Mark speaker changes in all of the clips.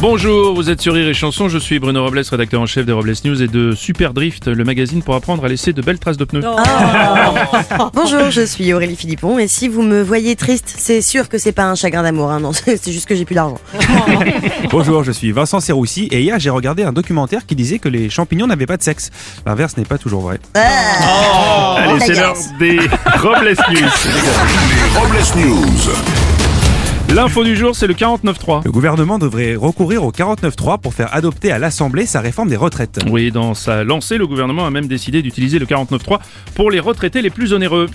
Speaker 1: Bonjour, vous êtes sur Rire et Chanson, je suis Bruno Robles, rédacteur en chef des Robles News et de Super Drift, le magazine pour apprendre à laisser de belles traces de pneus.
Speaker 2: Bonjour, je suis Aurélie Philippon et si vous me voyez triste, c'est sûr que c'est pas un chagrin d'amour, hein, non, c'est juste que j'ai plus d'argent.
Speaker 3: Bonjour, je suis Vincent Serroussi et hier j'ai regardé un documentaire qui disait que les champignons n'avaient pas de sexe. L'inverse n'est pas toujours vrai.
Speaker 2: Ah.
Speaker 1: Allez, c'est l'heure des Robles News.
Speaker 4: Les Robles News.
Speaker 1: L'info du jour, c'est le 49.3.
Speaker 3: Le gouvernement devrait recourir au 49.3 pour faire adopter à l'Assemblée sa réforme des retraites.
Speaker 1: Oui, dans sa lancée, le gouvernement a même décidé d'utiliser le 49.3 pour les retraités les plus onéreux.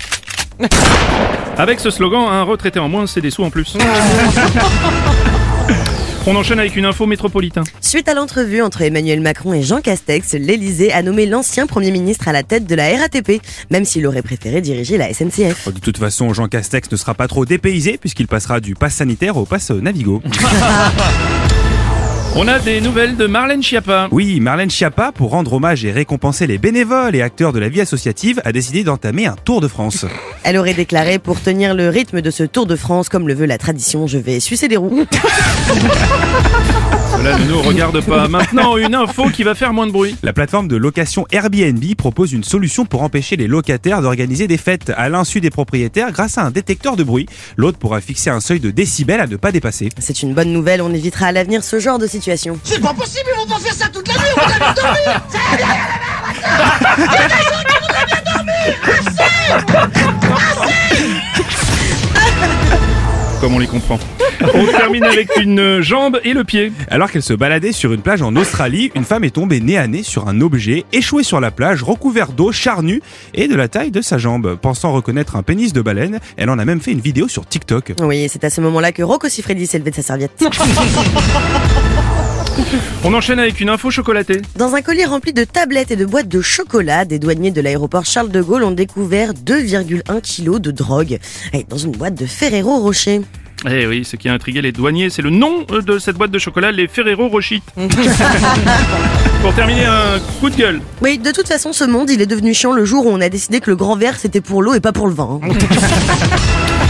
Speaker 1: Avec ce slogan, un retraité en moins, c'est des sous en plus. On enchaîne avec une info métropolitaine.
Speaker 2: Suite à l'entrevue entre Emmanuel Macron et Jean Castex, l'Elysée a nommé l'ancien Premier ministre à la tête de la RATP, même s'il aurait préféré diriger la SNCF.
Speaker 3: Oh, De toute façon, Jean Castex ne sera pas trop dépaysé puisqu'il passera du pass sanitaire au pass euh, Navigo.
Speaker 1: On a des nouvelles de Marlène Schiappa.
Speaker 3: Oui, Marlène Schiappa, pour rendre hommage et récompenser les bénévoles et acteurs de la vie associative, a décidé d'entamer un tour de France.
Speaker 2: Elle aurait déclaré pour tenir le rythme de ce Tour de France comme le veut la tradition, je vais sucer des roues.
Speaker 1: Cela ne nous regarde pas. Maintenant, une info qui va faire moins de bruit.
Speaker 3: La plateforme de location Airbnb propose une solution pour empêcher les locataires d'organiser des fêtes à l'insu des propriétaires grâce à un détecteur de bruit. L'autre pourra fixer un seuil de décibels à ne pas dépasser.
Speaker 2: C'est une bonne nouvelle, on évitera à l'avenir ce genre de situation.
Speaker 5: C'est pas possible, ils vont pas faire ça toute la nuit, on va dormir
Speaker 1: Comme on les comprend. On termine avec une jambe et le pied.
Speaker 3: Alors qu'elle se baladait sur une plage en Australie, une femme est tombée nez à nez sur un objet, échoué sur la plage, recouvert d'eau, charnu et de la taille de sa jambe. Pensant reconnaître un pénis de baleine, elle en a même fait une vidéo sur TikTok.
Speaker 2: Oui, c'est à ce moment-là que Rocco Siffredi s'est levé de sa serviette.
Speaker 1: On enchaîne avec une info chocolatée.
Speaker 2: Dans un collier rempli de tablettes et de boîtes de chocolat, des douaniers de l'aéroport Charles de Gaulle ont découvert 2,1 kilos de drogue Et dans une boîte de Ferrero Rocher.
Speaker 1: Eh oui, ce qui a intrigué les douaniers, c'est le nom euh, de cette boîte de chocolat, les Ferrero Rocher. Pour terminer, un coup de gueule.
Speaker 2: Oui, de toute façon, ce monde, il est devenu chiant le jour où on a décidé que le grand verre, c'était pour l'eau et pas pour le vin. hein.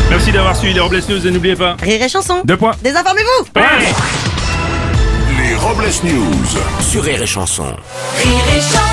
Speaker 1: Merci d'avoir suivi les Robles News et n'oubliez pas.
Speaker 2: Rire et chanson
Speaker 3: Deux points.
Speaker 2: Désinformez-vous
Speaker 4: Les Robles News.
Speaker 6: Sur Rire et Chanson.
Speaker 7: Rire et chanson.